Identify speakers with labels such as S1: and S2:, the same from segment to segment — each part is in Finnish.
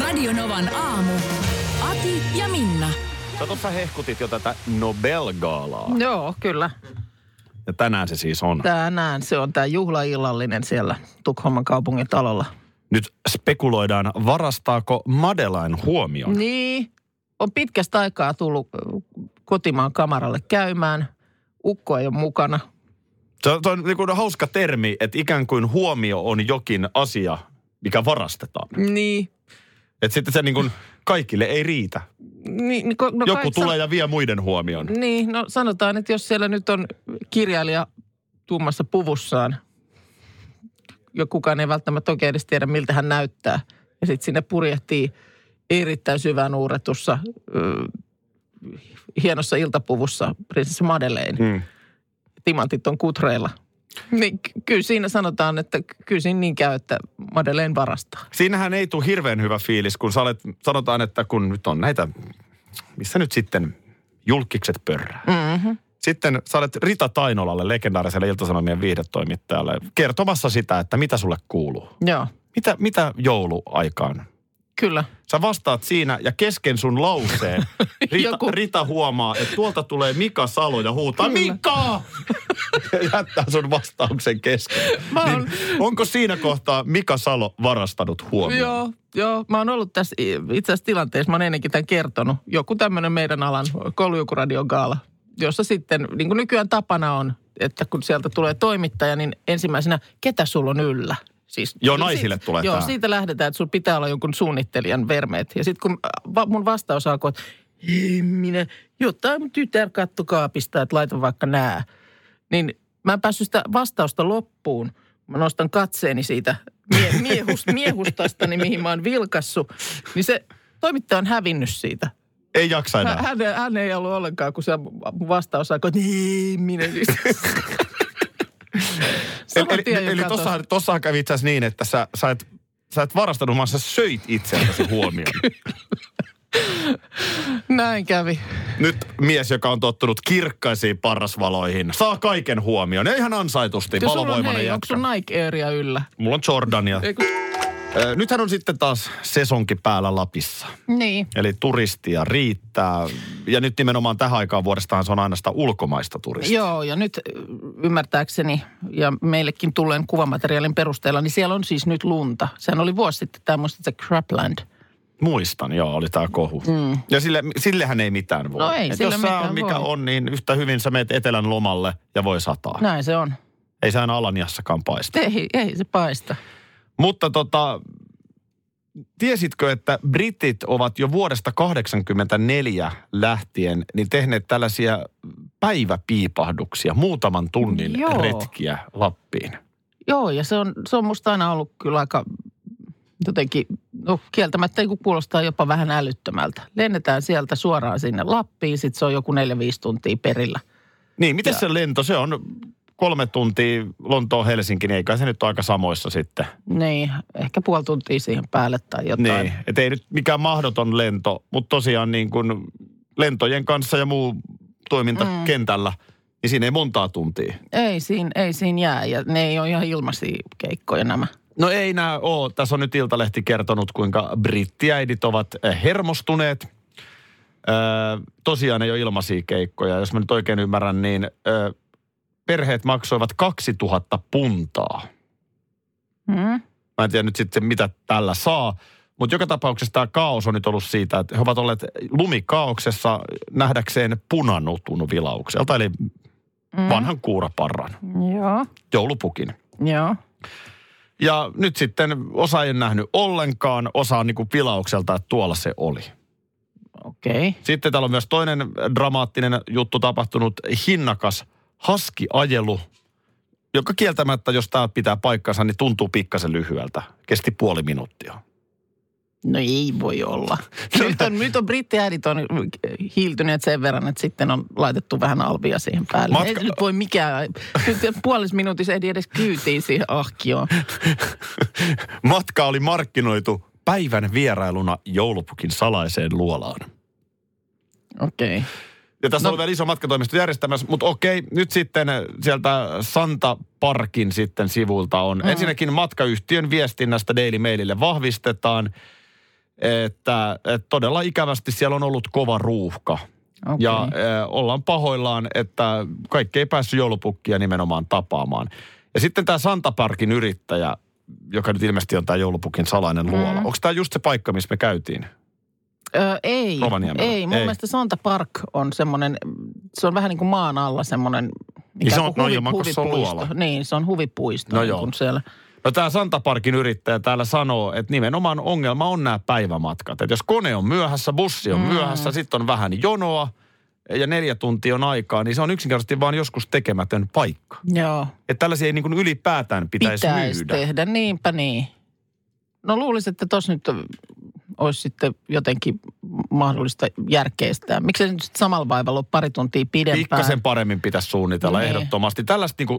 S1: Radionovan aamu. Ati ja Minna.
S2: Sä tuossa hehkutit jo tätä Nobel-gaalaa.
S3: Joo, kyllä.
S2: Ja tänään se siis on.
S3: Tänään se on tämä juhlaillallinen siellä Tukholman kaupungin talolla.
S2: Nyt spekuloidaan, varastaako Madeleine huomion.
S3: Niin, on pitkästä aikaa tullut ö, kotimaan kamaralle käymään. Ukko ei ole mukana.
S2: Se on, se on niin kuin hauska termi, että ikään kuin huomio on jokin asia, mikä varastetaan.
S3: Niin.
S2: Että sitten se niin kuin kaikille ei riitä.
S3: niin niin ko- no
S2: Joku
S3: kai-
S2: tulee ja vie muiden huomion.
S3: Niin, no sanotaan, että jos siellä nyt on kirjailija tummassa puvussaan, ja kukaan ei välttämättä oikein edes tiedä, miltä hän näyttää. Ja sitten sinne purjehtii erittäin syvään uuretussa, ö, hienossa iltapuvussa prinsessa Madeleine.
S2: Hmm.
S3: Timantit on kutreilla. Niin ky- kyllä siinä sanotaan, että ky- kyllä siinä niin käy, että Madeleine varastaa.
S2: Siinähän ei tule hirveän hyvä fiilis, kun sä olet, sanotaan, että kun nyt on näitä, missä nyt sitten julkikset pörrää.
S3: Mm-hmm.
S2: Sitten sä olet Rita Tainolalle, legendaariselle Iltasanomien viihdetoimittajalle, kertomassa sitä, että mitä sulle kuuluu.
S3: Joo,
S2: Mitä, mitä jouluaikaan?
S3: kyllä.
S2: Sä vastaat siinä ja kesken sun lauseen Rita,
S3: Joku-
S2: Rita huomaa, että tuolta tulee Mika Salo ja huutaa
S3: Kyllä.
S2: Mika! Ja jättää sun vastauksen kesken.
S3: Mä oon-
S2: Niin, onko siinä kohtaa Mika Salo varastanut huomioon?
S3: Joo, joo. Mä oon ollut tässä i- itse asiassa tilanteessa, mä oon ennenkin tämän kertonut. Joku tämmöinen meidän alan koulujukuradiogaala, jossa sitten, niin kuin nykyään tapana on, että kun sieltä tulee toimittaja, niin ensimmäisenä, ketä sulla on yllä? Siis,
S2: Joo, naisille
S3: siitä-
S2: tulee
S3: Joo,
S2: tää.
S3: siitä lähdetään, että sulla pitää olla jonkun suunnittelijan vermeet. Ja sitten kun äh, va- mun vastaus alkoi, että ei minä, jotain mun tytär katto kaapista, että laita vaikka nää. Niin mä en päässyt sitä vastausta loppuun. Mä nostan katseeni siitä mie- miehust- miehustastani, mihin mä oon vilkassut. Niin se toimittaja on hävinnyt siitä.
S2: Ei jaksa enää.
S3: Hän, hän, hän ei ollut ollenkaan, kun se mun vastaus alkoi, että ei minä. Siis.
S2: Eli,
S3: Saman tien
S2: eli,
S3: jo
S2: eli
S3: katos.
S2: tossahan, tossahan kävi itse asiassa niin, että sä, sä, et, sä et varastanut, vaan sä söit itseltäsi huomioon.
S3: Näin kävi.
S2: Nyt mies, joka on tottunut kirkkaisiin parrasvaloihin, saa kaiken huomioon. Ja ihan ansaitusti,
S3: Ja sulla on,
S2: valovoimainen
S3: hei, onko
S2: jätkä.
S3: sun Nike Airia yllä?
S2: Mulla on Jordania.
S3: Ei, kun,
S2: Ö, Nythän on sitten taas sesonki päällä Lapissa.
S3: niin.
S2: Eli turistia riittää. Ja nyt nimenomaan tähän aikaan vuodestahan se on aina sitä ulkomaista turistia.
S3: Joo, ja nyt ö, ymmärtääkseni ja meillekin tulleen kuvamateriaalin perusteella, niin siellä on siis nyt lunta. Sehän oli vuosi sitten tämä, muistatko, Crapland.
S2: Muistan, joo, oli tämä kohu. Mm. Ja sille, sillehän ei mitään voi.
S3: No ei
S2: Et
S3: sille
S2: jos sä
S3: mitään
S2: on mikä
S3: voi. No.
S2: on, niin yhtä hyvin sä meet etelän lomalle ja voi sataa.
S3: Näin se on.
S2: Ei se aina Alaniassakaan paista.
S3: Ei, ei se paista.
S2: Mutta tota, tiesitkö, että britit ovat jo vuodesta 1984 lähtien niin tehneet tällaisia päiväpiipahduksia, muutaman tunnin
S3: Joo.
S2: retkiä Lappiin?
S3: Joo, ja se on, se on musta aina ollut kyllä aika jotenkin, no kieltämättä niin kuin kuulostaa jopa vähän älyttömältä. Lennetään sieltä suoraan sinne Lappiin, sitten se on joku 4-5 tuntia perillä.
S2: Niin, miten
S3: Ja-
S2: se lento? Se on kolme tuntia Lontoon Helsinki, niin eikä se nyt ole aika samoissa sitten.
S3: Niin, ehkä puoli tuntia siihen päälle tai jotain.
S2: Niin, et ei nyt mikään mahdoton lento, mutta tosiaan niin kuin lentojen kanssa ja muu toiminta mm. kentällä, niin siinä ei montaa tuntia.
S3: Ei siinä, ei siinä jää ja ne ei ole ihan ilmaisia keikkoja nämä.
S2: No ei nämä ole. Tässä on nyt Iltalehti kertonut, kuinka brittiäidit ovat eh, hermostuneet. Öö, tosiaan ei ole ilmaisia keikkoja. Jos mä nyt oikein ymmärrän, niin öö, perheet maksoivat 2000 puntaa.
S3: Mm.
S2: Mä en tiedä nyt sitten, mitä tällä saa. Mutta joka tapauksessa tämä kaos on nyt ollut siitä, että he ovat olleet lumikaauksessa nähdäkseen punanutun vilaukselta, eli
S3: Mm.
S2: vanhan kuuraparran,
S3: Joo,
S2: joulupukin.
S3: joo.
S2: Ja nyt sitten osa ei ole nähnyt ollenkaan, osa on niin kuin vilaukselta, että tuolla se oli.
S3: Okei. Okay.
S2: Sitten täällä on myös toinen dramaattinen juttu tapahtunut, hinnakas haskiajelu, joka kieltämättä, jos tämä pitää paikkansa, niin tuntuu pikkasen lyhyeltä. Kesti puoli minuuttia.
S3: No ei voi olla. Nyt on, nyt on brittiäidit on hiiltyneet sen verran, että sitten on laitettu vähän alvia siihen päälle.
S2: Matka-
S3: Matka... Ei se nyt voi mikään, nyt puolis minuutissa ei edes kyytiin siihen ahkioon.
S2: Matka oli markkinoitu päivän vierailuna joulupukin salaiseen luolaan.
S3: Okei. Okay.
S2: Ja tässä no.
S3: No.
S2: oli vielä iso matkatoimisto järjestämässä, mutta okei, nyt sitten eh, sieltä Santa Parkin sitten sivulta on. Mm. Ensinnäkin matkayhtiön viestinnästä Daily Mailille vahvistetaan, että, että todella ikävästi siellä on ollut kova ruuhka.
S3: Okay.
S2: Ja äh, ollaan pahoillaan, että kaikki ei päässyt joulupukkia nimenomaan tapaamaan. Ja sitten tämä Santaparkin yrittäjä, joka nyt ilmeisesti on tämä joulupukin salainen luola.
S3: Mm.
S2: Onko tämä just se paikka, missä me käytiin?
S3: Öö, ei,
S2: Rovaniemellä.
S3: ei. Mun
S2: Ei.
S3: ei. mielestä Santa Park on semmoinen, se on vähän niin kuin maan alla semmoinen. ikään
S2: se on-
S3: kuin
S2: no ilman, kun se on
S3: huvipuisto.
S2: luola.
S3: Niin, se on huvipuisto.
S2: No
S3: niin
S2: joo.
S3: kuin Siellä.
S2: No tämä Santaparkin yrittäjä täällä sanoo, että nimenomaan ongelma on nämä päivämatkat. Että jos kone on myöhässä, bussi on mm. myöhässä, sitten on vähän jonoa ja neljä tuntia on aikaa, niin se on yksinkertaisesti vaan joskus tekemätön paikka.
S3: Joo.
S2: Että tällaisia ei niin kuin ylipäätään pitäisi,
S3: Pitäisi
S2: myydä.
S3: tehdä, niinpä niin. No luulisin, että tos nyt olisi sitten jotenkin mahdollista järkeistää. Miksi se nyt sitten samalla vaivalla ole pari tuntia pidempään?
S2: Pikkasen paremmin pitäisi suunnitella
S3: Niin.
S2: ehdottomasti. Tällaista niin kuin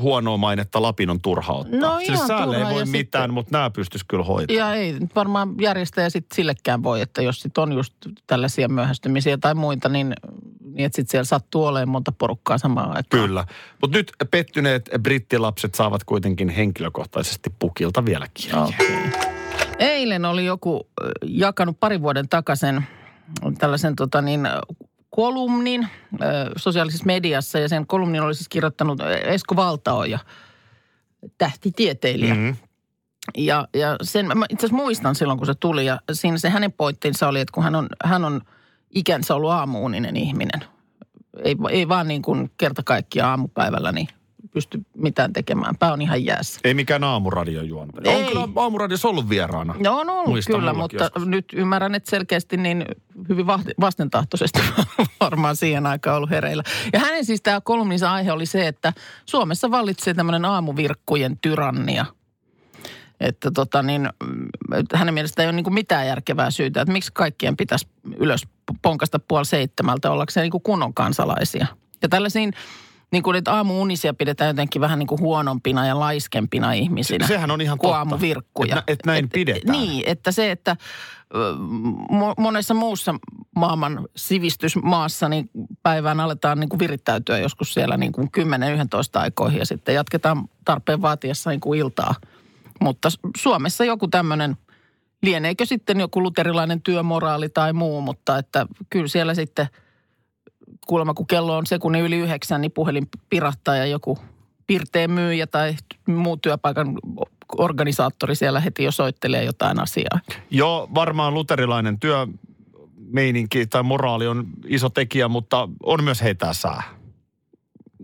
S2: huonoa mainetta Lapin on turha ottaa.
S3: No
S2: Sille
S3: ihan
S2: säälle ei
S3: turhaa,
S2: voi
S3: ja
S2: mitään,
S3: sitten-
S2: mutta nämä pystyisi kyllä hoitamaan.
S3: Ja ei nyt varmaan järjestäjä sit sillekään voi, että jos sit on just tällaisia myöhästymisiä tai muita, niin, niin että sitten siellä sattuu olemaan monta porukkaa samaan aikaan.
S2: Kyllä. Mutta nyt pettyneet brittilapset saavat kuitenkin henkilökohtaisesti pukilta vielä kirjeen.
S3: Okay. Eilen oli joku ö, jakanut parin vuoden takaisen tällaisen tota niin, ö, kolumnin ö, sosiaalisessa mediassa ja sen kolumnin oli siis kirjoittanut ö, Esko Valtaoja,
S2: Mm.
S3: tähtitieteilijä. Mm-hmm. Ja, ja sen, mä itse asiassa muistan silloin, kun se tuli ja siinä se hänen pointtinsa oli, että kun hän on, hän on ikänsä ollut aamuuninen ihminen. Ei, ei vaan niin kuin kerta kaikkiaan aamupäivällä niin pysty mitään tekemään. Pää on ihan jäässä.
S2: Ei mikään aamuradiojuontaja.
S3: Ei.
S2: On kyllä aamuradiossa ollut vieraana.
S3: No on ollut
S2: Muistan
S3: kyllä,
S2: mullakin
S3: mutta
S2: joskus.
S3: joskus. nyt ymmärrän, että selkeästi niin hyvin vaht- vastentahtoisesti varmaan siihen aikaan ollut hereillä. Ja hänen siis tämä kolumninsa aihe oli se, että Suomessa vallitsee tämmöinen aamuvirkkujen tyrannia. Että tota niin, mm, että hänen mielestään ei ole niin kuin mitään järkevää syytä, että miksi kaikkien pitäisi ylös ponkasta puoli seitsemältä ollakseen niin kuin kunnon kansalaisia. Ja tällaisiin, niin kuin, että aamuunisia pidetään jotenkin vähän niin kuin huonompina ja laiskempina ihmisinä.
S2: Sehän on ihan
S3: kuin
S2: totta.
S3: aamuvirkkuja.
S2: Että et näin et, pidetään.
S3: Niin, että se, että ö, mo- monessa muussa maailman sivistysmaassa niin päivään aletaan niin kuin virittäytyä joskus siellä niin kuin 10-11 aikoihin ja sitten jatketaan tarpeen vaatiessa niin kuin iltaa. Mutta S- Suomessa joku tämmöinen, lieneekö sitten joku luterilainen työmoraali tai muu, mutta että kyllä siellä sitten kuulemma kun kello on sekunnin yli yhdeksän, niin puhelin pirahtaa ja joku pirteen myyjä tai muu työpaikan organisaattori siellä heti jo soittelee jotain asiaa.
S2: Joo, varmaan luterilainen työ meininki tai moraali on iso tekijä, mutta on myös heitää sää.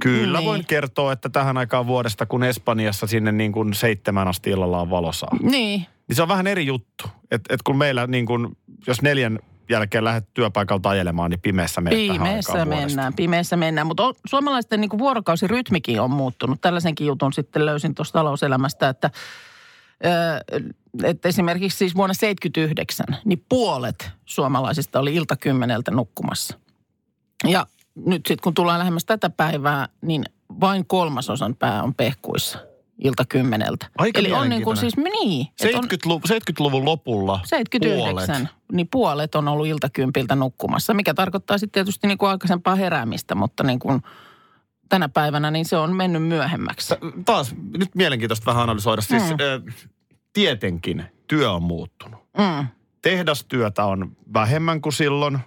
S2: Kyllä
S3: Niin.
S2: voin kertoa, että tähän aikaan vuodesta, kun Espanjassa sinne niin kuin seitsemän asti illalla on valosaa,
S3: Niin,
S2: niin se on vähän eri juttu. Että et kun meillä niin kuin, jos neljän jälkeen lähdet työpaikalta ajelemaan, niin pimeässä menet tähän
S3: pimeässä
S2: aikaan vuodesta.
S3: mennään, pimeässä mennään. Mutta on- suomalaisten niin vuorokausirytmikin on muuttunut. Tällaisenkin jutun sitten löysin tuosta talouselämästä, että, ö, että esimerkiksi siis vuonna 79, niin puolet suomalaisista oli iltakymmeneltä nukkumassa. Ja nyt sitten kun tullaan lähemmäs tätä päivää, niin vain kolmasosan pää on pehkuissa iltakymmeneltä.
S2: Aika
S3: Eli on niin kuin siis,
S2: mielenkiintoinen.
S3: niin. että on-
S2: 70-luvun, 70-luvun lopulla
S3: 79,
S2: puolet.
S3: niin puolet on ollut iltakympiltä nukkumassa, mikä tarkoittaa sitten tietysti niin kuin aikaisempaa heräämistä, mutta niin kuin tänä päivänä niin se on mennyt myöhemmäksi.
S2: Tä- Taas nyt mielenkiintoista vähän analysoida. Siis
S3: Hmm.
S2: ö, tietenkin työ on muuttunut.
S3: Mm.
S2: Tehdastyötä on vähemmän kuin silloin.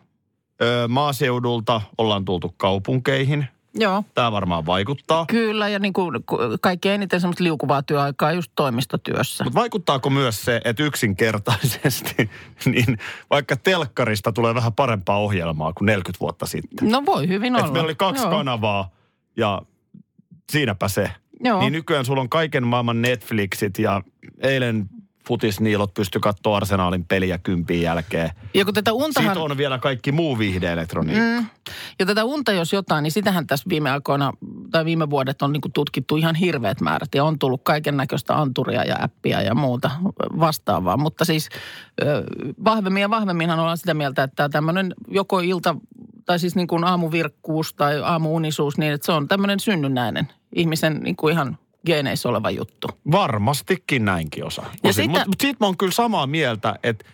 S2: Ö, maaseudulta ollaan tultu kaupunkeihin.
S3: Joo,
S2: Tämä varmaan vaikuttaa.
S3: kyllä ja niin kuin ku- kaikkein eniten semmoista liukuvaa työaikaa just toimistotyössä.
S2: Mutta vaikuttaako myös se, että yksinkertaisesti, niin vaikka telkkarista tulee vähän parempaa ohjelmaa kuin 40 vuotta sitten.
S3: No voi hyvin olla.
S2: Että meillä oli kaksi
S3: Joo.
S2: kanavaa ja siinäpä se.
S3: Joo.
S2: Niin nykyään sulla on kaiken maailman Netflixit ja eilen futisniilot pysty katsoa Arsenaalin peliä kympin jälkeen.
S3: Ja kun tätä untahan...
S2: Sitten on vielä kaikki muu viihdeelektroniikka. Mm.
S3: Ja tätä unta jos jotain, niin sitähän tässä viime aikoina tai viime vuodet on niin kuin tutkittu ihan hirveät määrät. Ja on tullut kaiken näköistä anturia ja appia ja muuta vastaavaa. Mutta siis ö, vahvemmin ja vahvemminhan ollaan sitä mieltä, että tämmöinen joko ilta tai siis niin kuin aamuvirkkuus tai aamuunisuus, niin että se on tämmöinen synnynnäinen ihmisen niin kuin ihan geeneissä oleva juttu.
S2: Varmastikin näinkin osa. Mutta
S3: sitä-
S2: siitä... Mut siitä mä oon kyllä samaa mieltä, että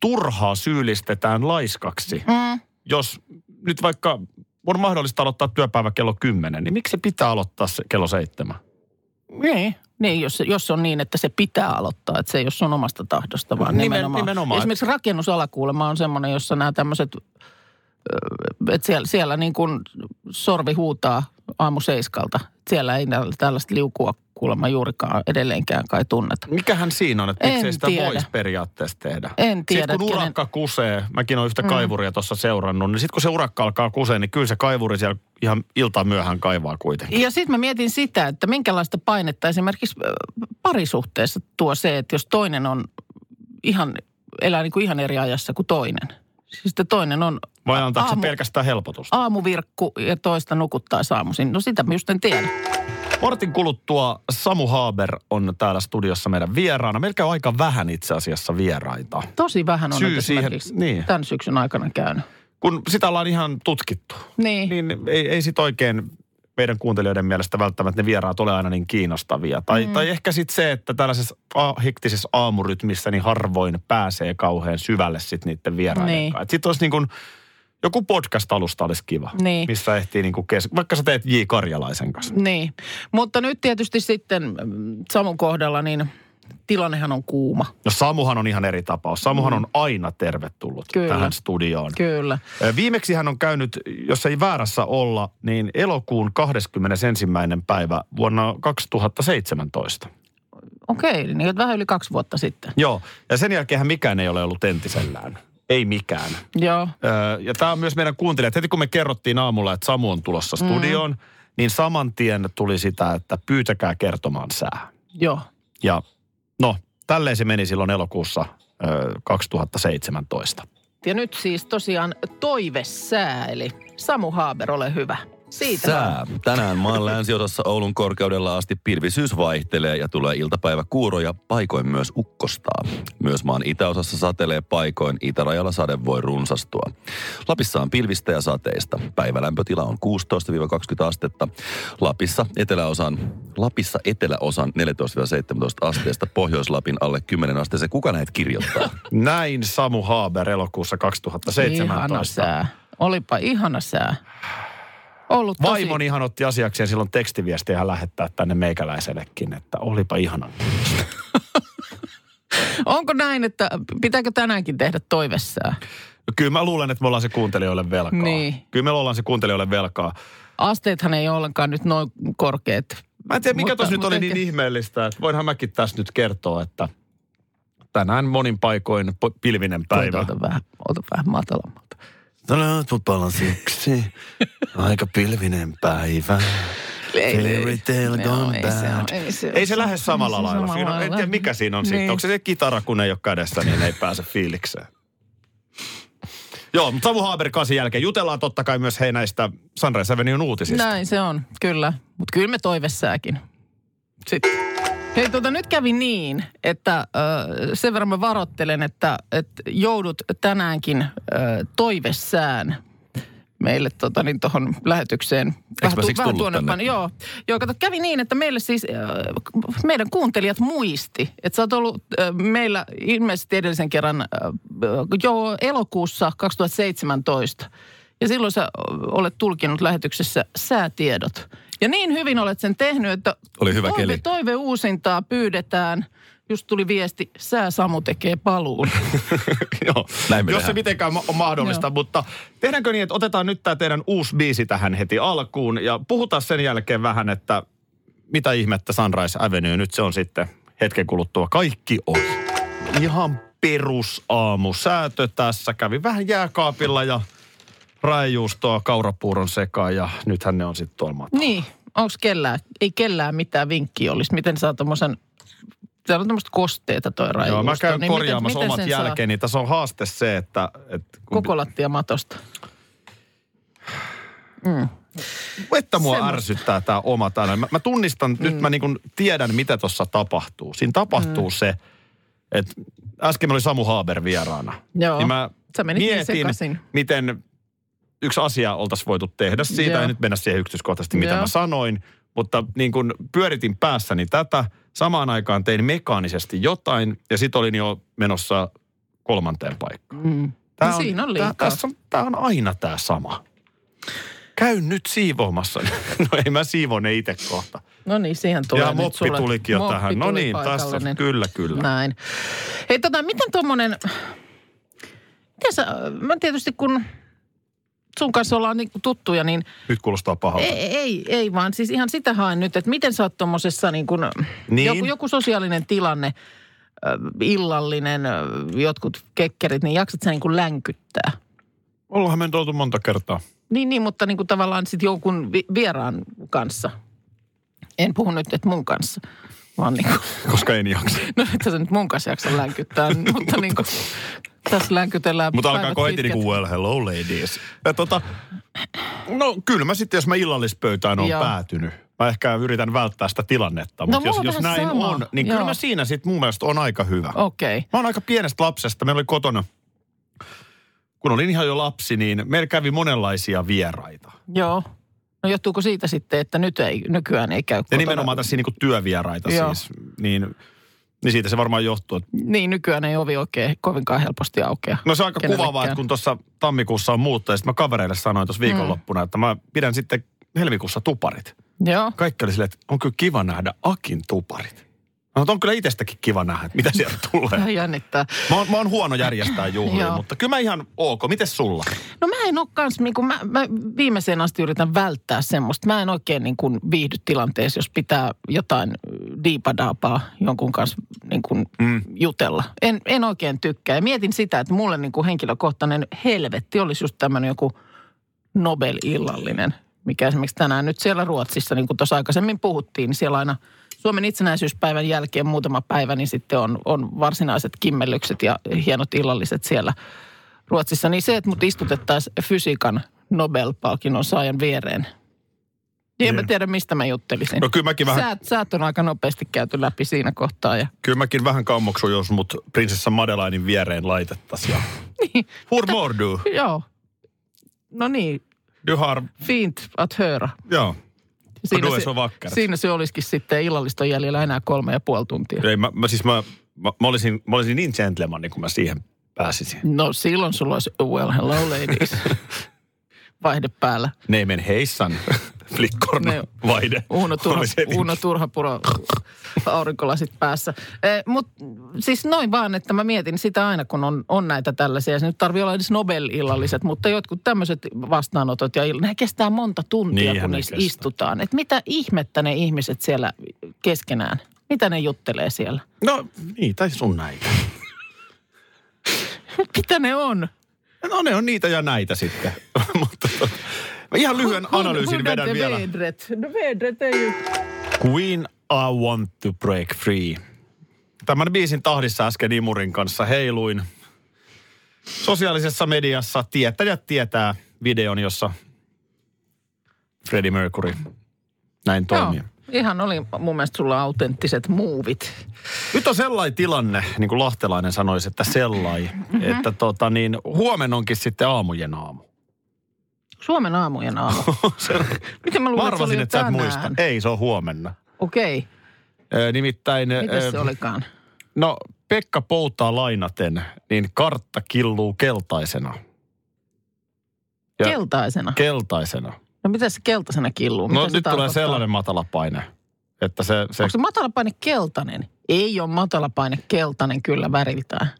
S2: turhaa syyllistetään laiskaksi.
S3: Mm.
S2: Jos nyt vaikka on mahdollista aloittaa työpäivä kello 10, niin miksi se pitää aloittaa se kello 7?
S3: Niin. Niin, jos, se- jos se on niin, että se pitää aloittaa, että se ei ole sun omasta tahdosta, vaan
S2: Nimen-
S3: nimenomaan.
S2: nimenomaan.
S3: Esimerkiksi rakennusala kuulemma on semmoinen, jossa nämä tämmöiset, että siellä, siellä niin kuin sorvi huutaa aamu seiskalta. Siellä ei nä- tällaista liukua kuulemma juurikaan edelleenkään kai tunneta.
S2: Mikähän siinä on, että
S3: En
S2: miksei sitä
S3: tiedä.
S2: voisi periaatteessa tehdä?
S3: En tiedä,
S2: Sitten kun
S3: kenen- Mm.
S2: urakka kusee, mäkin olen yhtä kaivuria tuossa seurannut, niin sitten kun se urakka alkaa kusee, niin kyllä se kaivuri siellä ihan ilta myöhään kaivaa kuitenkin.
S3: Ja sitten mä mietin sitä, että minkälaista painetta esimerkiksi ö, parisuhteessa tuo se, että jos toinen on ihan, elää niin kuin ihan eri ajassa kuin toinen. Siis että toinen on
S2: Vai antaako se
S3: aamu-
S2: pelkästään helpotusta?
S3: aamuvirkku ja toista nukuttaa aamuisin. No sitä mä just en tiedä.
S2: Mortin kuluttua Samu Haaber on täällä studiossa meidän vieraana. Meillä käy aika vähän itse asiassa vieraita,
S3: Tosi vähän on
S2: Syy
S3: nyt
S2: siihen-
S3: esimerkiksi
S2: niin.
S3: tämän syksyn aikana käynyt.
S2: kun sitä ollaan ihan tutkittu.
S3: Niin. niin.
S2: Niin ei, ei sit oikein meidän kuuntelijoiden mielestä välttämättä ne vieraat ole aina niin kiinnostavia. Tai, mm. tai ehkä sitten se, että tällaisessa a- hektisessä aamurytmissä niin harvoin pääsee kauhean syvälle sitten niiden vieraiden
S3: Niin.
S2: niin. kanssa. Sitten olisi niin kuin, joku podcast-alusta olisi kiva,
S3: Niin.
S2: missä ehtii niin kuin kes- vaikka sä teet J. Karjalaisen kanssa.
S3: niin. Mutta nyt tietysti sitten mm, Samun kohdalla niin tilannehan on kuuma.
S2: No Samuhan on ihan eri tapaus. Samuhan on aina tervetullut
S3: Mm. Kyllä.
S2: tähän studioon.
S3: Kyllä.
S2: Viimeksi hän on käynyt, jos ei väärässä olla, niin elokuun 21. päivä vuonna 2017.
S3: Okei, niin vähän yli kaksi vuotta sitten.
S2: Joo, ja sen jälkeen mikään ei ole ollut entisellään. Ei mikään.
S3: Joo.
S2: Öö, Ja tämä on myös meidän kuuntelijat. Heti kun me kerrottiin aamulla, että Samu on tulossa studioon, mm. niin saman tien tuli sitä, että pyytäkää kertomaan sää.
S3: Joo.
S2: Ja no, tälleen se meni silloin elokuussa öö, 2017.
S3: Ja nyt siis tosiaan toivesää, eli Samu Haaber, ole hyvä. Siitä
S4: Sää. Tänään maan länsiosassa Oulun korkeudella asti pilvisyys vaihtelee ja tulee iltapäivä kuuroja, paikoin myös ukkostaa. Myös maan itäosassa satelee paikoin, itärajalla sade voi runsastua. Lapissa on pilvistä ja sateista. Päivälämpötila on 16-20 astetta. Lapissa eteläosan, Lapissa eteläosan 14-17 asteesta, Pohjois-Lapin alle 10 asteeseen. Kuka näitä kirjoittaa?
S2: Näin Samu Haaber elokuussa
S3: Ihana
S2: 2017.
S3: sää. Olipa ihana sää. Ollut tosi...
S2: Vaimoni ihan otti asiakseen silloin tekstiviestiä lähettää tänne meikäläisellekin, että olipa ihana.
S3: Onko näin, että pitääkö tänäänkin tehdä toivessää?
S2: Kyllä mä luulen, että me ollaan se kuuntelijoille velkaa.
S3: Niin.
S2: Kyllä me ollaan se kuuntelijoille velkaa.
S3: Asteethan ei ole ollenkaan nyt noin korkeat.
S2: Mä en tiedä, mikä
S3: Mutta-
S2: tuossa nyt
S3: mutta
S2: oli
S3: ehkä-
S2: niin ihmeellistä, että voinhan mäkin tässä nyt kertoa, että tänään monin paikoin po- pilvinen
S3: Tuolta
S2: päivä.
S3: Ota vähän, ota vähän matalammalta.
S4: Tänään mut siksi. Aika pilvinen päivä. Fairy tale
S3: Joo,
S4: gone
S3: ei se
S4: bad.
S3: ole, ei se ole.
S2: Ei se lähde samalla
S3: Ei se
S2: lailla. Siinä on, en
S3: lailla.
S2: tiedä, mikä siinä on niin.
S3: Niin.
S2: sitten. Onko se se kitara, kun ei ole kädessä, niin ei pääse fiilikseen. Joo, mutta Samu Haaber kasin jälkeen jutellaan totta kai myös hei näistä Sunrise Avenuen uutisista.
S3: Näin se on, kyllä. Mutta kyllä me toivessääkin. Sitten. Hei, tuota, nyt kävi niin, että äh, sen verran mä varoittelen, että, että joudut tänäänkin äh, toivessään meille tota, niin, tuohon lähetykseen.
S4: mä siksi tullut tänne?
S3: tuonnepana. Joo, joo kato, kävi niin, että meille siis, äh, meidän kuuntelijat muisti, että sä oot ollut äh, meillä ilmeisesti edellisen kerran äh, jo elokuussa 2017. Ja silloin sä äh, olet tulkinnut lähetyksessä säätiedot. Ja niin hyvin olet sen tehnyt, että
S4: Oli hyvä
S3: toive,
S4: keli.
S3: toive uusintaa pyydetään. Just tuli viesti, sää Samu tekee paluun.
S2: Joo.
S4: Näin me
S2: Jos se
S4: tehdään.
S2: mitenkään ma- on mahdollista,
S3: Joo.
S2: mutta tehdäänkö niin, että otetaan nyt tämä teidän uusi biisi tähän heti alkuun ja puhutaan sen jälkeen vähän, että mitä ihmettä Sunrise Avenue, nyt se on sitten hetken kuluttua kaikki on. Ihan perusaamusäätö tässä, kävi vähän jääkaapilla ja raejuustoa kaurapuuron sekaan ja nythän ne on sitten tuolla matkalla.
S3: niin, onko kellään, ei kellään mitään vinkkiä olisi. Miten saa tommosen, täällä on tämmöistä kosteita toi rajuusto.
S2: Joo, mä käyn
S3: niin miten-
S2: korjaamassa
S3: miten
S2: omat
S3: sen saa
S2: jälkeeni. Tässä on haaste se, että... että kun
S3: Koko lattia matosta.
S2: Vettä mua
S3: Semmosta.
S2: ärsyttää tämä oma täällä. Mä, mä tunnistan, mm. nyt mä niin kuin tiedän, mitä tuossa tapahtuu. Siinä tapahtuu mm. se, että äsken meillä oli Samu Haaber vieraana.
S3: Joo.
S2: Niin mä
S3: Sä menit niin
S2: mietin,
S3: sekaisin.
S2: miten yksi asia oltaisiin voitu tehdä siitä.
S3: Joo.
S2: Joo. En nyt mennä siihen yksityiskohtaisesti, mitä
S3: Joo.
S2: mä sanoin. Mutta niin kun pyöritin päässäni tätä, samaan aikaan tein mekaanisesti jotain ja sit olin jo menossa kolmanteen paikkaan.
S3: Mm. No siinä on liikaa.
S2: Tämä, tässä on, tää on aina tämä sama. käy nyt siivoamassa. No ei mä siivon ne itse kohta.
S3: No niin, siihen tulee
S2: ja
S3: nyt
S2: moppi
S3: sulle.
S2: tulikin jo
S3: Moppi
S2: tähän. No
S3: tuli
S2: niin, tässä.
S3: paikalle, niin-
S2: Kyllä, kyllä.
S3: Näin. Hei tota, miten tuommoinen, miten sä, mä tietysti kun sun kanssa ollaan niin tuttuja, niin
S2: Nyt kuulostaa pahalta.
S3: ei, ei, ei vaan siis ihan sitä haen nyt, että miten sä oot tuommoisessa niin kuin,
S2: Niin.
S3: joku, joku sosiaalinen tilanne, ö, illallinen, ö, jotkut kekkerit, niin jaksat sä niin kuin länkyttää?
S2: Ollaan me nyt oltu monta kertaa.
S3: Niin, niin mutta niin kuin tavallaan sitten jonkun vi- vieraan kanssa. En puhu nyt, että mun kanssa, vaan niin kuin,
S2: Koska en jaksa.
S3: no nyt sä nyt mun kanssa jaksa länkyttää, mutta niin kuin, tässä länkytellään
S4: Mutta
S3: päivät
S4: alkaako heti
S3: pitkät.
S4: niin
S2: niinku
S4: kuin well hello ladies?
S2: Ja tota, no kyllä mä sitten, jos mä illallispöytään on
S3: Joo.
S2: päätynyt. Mä ehkä yritän välttää sitä tilannetta,
S3: No,
S2: mutta
S3: mulla
S2: jos,
S3: on
S2: jos
S3: vähän
S2: näin
S3: sama.
S2: on, niin
S3: Joo.
S2: kyllä mä siinä sitten mun mielestä on aika hyvä.
S3: Okei. Okay.
S2: Mä oon aika pienestä lapsesta. Meillä oli kotona, kun olin ihan jo lapsi, niin meillä kävi monenlaisia vieraita.
S3: Joo. No johtuuko siitä sitten, että nyt ei, nykyään ei käy
S2: Ja
S3: kotona?
S2: nimenomaan tässä niinku työvieraita
S3: Joo.
S2: siis. Niin, niin siitä se varmaan johtuu. että-
S3: Niin, nykyään ei ovi oikein kovinkaan helposti aukea.
S2: No se on aika
S3: Kenellekään.
S2: kuvaavaa, että kun tuossa tammikuussa on muuttaa, sitten mä kavereille sanoin tuossa viikonloppuna, että mä pidän sitten helmikuussa tuparit.
S3: Joo.
S2: kaikki oli silleen, että on kyllä kiva nähdä Akin tuparit. No, mutta on kyllä itsestäkin kiva nähdä, että mitä sieltä tulee.
S3: Vähän jännittää.
S2: Mä oon, mä oon huono järjestää juhlia,
S3: Joo.
S2: mutta kyllä mä ihan ok. Mites sulla?
S3: No mä en ole kans, niin kun mä, mä viimeiseen asti yritän välttää semmoista. Mä en oikein niin kun viihdy tilanteessa, jos pitää jotain ö, diipadaapaa jonkun kanssa niin kun mm. jutella. En, en oikein tykkää. Ja mietin sitä, että mulle niin kun henkilökohtainen helvetti olisi just tämmöinen joku Nobel-illallinen, mikä esimerkiksi tänään nyt siellä Ruotsissa, niin kuin tuossa aikaisemmin puhuttiin, niin siellä aina Suomen itsenäisyyspäivän jälkeen muutama päivä, niin sitten on, on varsinaiset kimmellykset ja hienot illalliset siellä Ruotsissa, niin se, että mut istutettaisiin fysiikan Nobel-palkinnon saajan viereen. Niin en mä tiedä, mistä mä juttelisin.
S2: No kyllä mäkin vähän,
S3: sä, et- sä et on aika nopeasti käyty läpi siinä kohtaa. Ja...
S2: kyllä mäkin vähän kammoksun, jos mut prinsessa Madelainin viereen laitettaisiin.
S3: Niin,
S2: Hur mår du?
S3: Joo. No niin,
S2: Du har...
S3: fint att höra.
S2: Joo.
S3: Siinä
S2: du är
S3: se,
S2: så vacker.
S3: siinä se olisikin sitten illallista on jäljellä enää kolme ja puoli tuntia.
S2: Ei, mä, mä siis mä, mä, mä, olisin, mä olisin niin gentleman, kun mä siihen pääsisin.
S3: No silloin sulla olisi well hello ladies vaihde päällä.
S2: Nej men hejsan, flickorna,
S3: Ne-
S2: vaide.
S3: Uuno, turha,
S2: Oli se niin-
S3: Uuno Turhapuro aurinkolasit päässä. Eh, Mutta siis noin vaan, että mä mietin sitä aina, kun on, on näitä tällaisia. Se nyt tarvii olla edes Nobel-illalliset, mutta jotkut tämmöiset vastaanotot ja ill- ne kestää monta tuntia,
S2: Niinhän
S3: kun
S2: ne
S3: niissä
S2: kestää.
S3: istutaan. Et mitä ihmettä ne ihmiset siellä keskenään, mitä ne juttelee siellä?
S2: No niin, tai sun näitä.
S3: Mitä ne on?
S2: No ne on niitä ja näitä sitten. Mutta tota, mä ihan lyhyen analyysin
S3: Hurdante
S2: vedän vielä.
S3: Vedret. No vedret ei ju...
S2: Queen, I want to break free. Tämän biisin tahdissa äsken Imurin kanssa heiluin. Sosiaalisessa mediassa tietäjät tietää videon, jossa Freddie Mercury näin toimii.
S3: Joo, ihan oli mun mielestä sulla autenttiset muuvit.
S2: Nyt on sellainen tilanne, niin kuin Lahtelainen sanoisi, että sellainen,
S3: Mhm.
S2: mm-hmm. että tota niin, huomenna onkin sitten aamujen aamu.
S3: Suomen aamujen aamu.
S2: Se-
S3: Miten mä
S2: Mä
S3: luulen,
S2: arvasin, että
S3: että se
S2: sä et
S3: oli jo
S2: muista.
S3: tänään?
S2: Ei, se on huomenna.
S3: Okei,
S2: Ö, Nimittäin...
S3: mitäs se
S2: ö,
S3: olikaan?
S2: No, Pekka Poutaa lainaten, niin kartta killuu keltaisena. Ja-
S3: Keltaisena.
S2: Keltaisena.
S3: No mitä se keltaisena killuu?
S2: no
S3: Mitä se
S2: nyt tulee
S3: tarkoittaa?
S2: sellainen matalapaine, että se... se
S3: Onko se matalapaine keltainen? Ei ole matalapaine keltainen kyllä väriltään.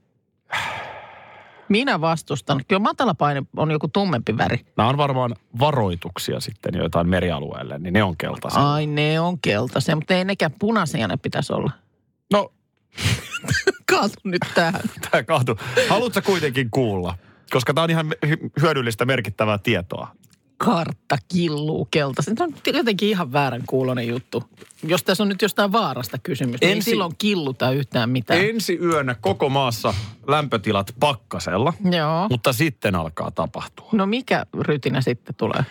S3: Minä vastustan. Kyllä matalapaine on joku tummempi väri.
S2: Nämä on varmaan varoituksia sitten joitain merialueelle, niin ne on keltaisia.
S3: Ai ne on keltaisia, mutta ei nekään punaisia ne pitäisi olla.
S2: No,
S3: Kaatu nyt tähän.
S2: tämä kaatu. Haluatko kuitenkin kuulla? Koska tämä on ihan hy- hyödyllistä merkittävää tietoa.
S3: Kartta killuu keltaisen. Se on jotenkin ihan väärän kuulonen juttu. Jos tässä on nyt jostain vaarasta kysymys, niin ei
S2: Ensi-
S3: silloin killuta yhtään mitään.
S2: Ensi yönä koko maassa lämpötilat pakkasella,
S3: Joo.
S2: mutta sitten alkaa tapahtua.
S3: No mikä rytinä sitten tulee?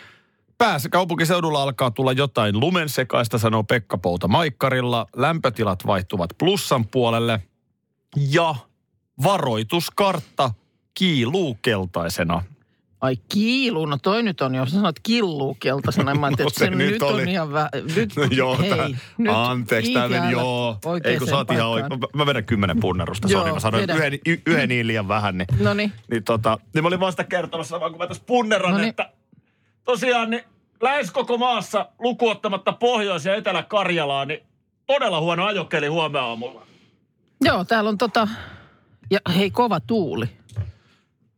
S2: Päässä kaupunkiseudulla alkaa tulla jotain lumen sekaista, sanoo Pekka Pouta Maikkarilla. Lämpötilat vaihtuvat plussan puolelle. Ja varoituskartta kiiluu keltaisena.
S3: Ai kiilu, no toi nyt on jo, sä sanoit killuu keltaisena. Mä ajattelin,
S2: No
S3: että se, nyt oli. on ihan vä... Nyt, hei, nyt
S2: meni, Ei kun saat ihan oikein. Mä- Mä vedän kymmenen punnerusta,
S3: Joo,
S2: sori. Mä sanoin
S3: vedä.
S2: yhden, y- yhden niin liian vähän, niin
S3: No niin,
S2: Niin tota, niin mä olin vaan sitä kertomassa, vaan kun mä tässä punnerran,
S3: Noniin.
S2: että tosiaan niin lähes koko maassa lukuottamatta Pohjois- ja Etelä-Karjalaa, niin todella huono ajokeli huomenna aamulla.
S3: Joo, täällä on tota... Ja hei, kova tuuli.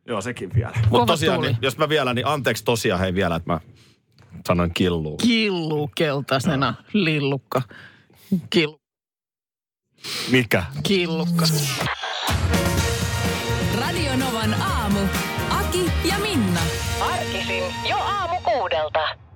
S2: Joo, sekin vielä.
S3: Kova
S2: Mutta tosiaan,
S3: tuuli.
S2: niin, jos mä vielä, niin anteeksi tosiaan hei vielä, että mä sanoin killuu.
S3: Killuu keltaisena lillukka. Kill,
S2: Mikä?
S3: killukka.
S1: Radio Novan aamu. Aki ja Minna.
S5: Arkisin jo aamu kuudelta.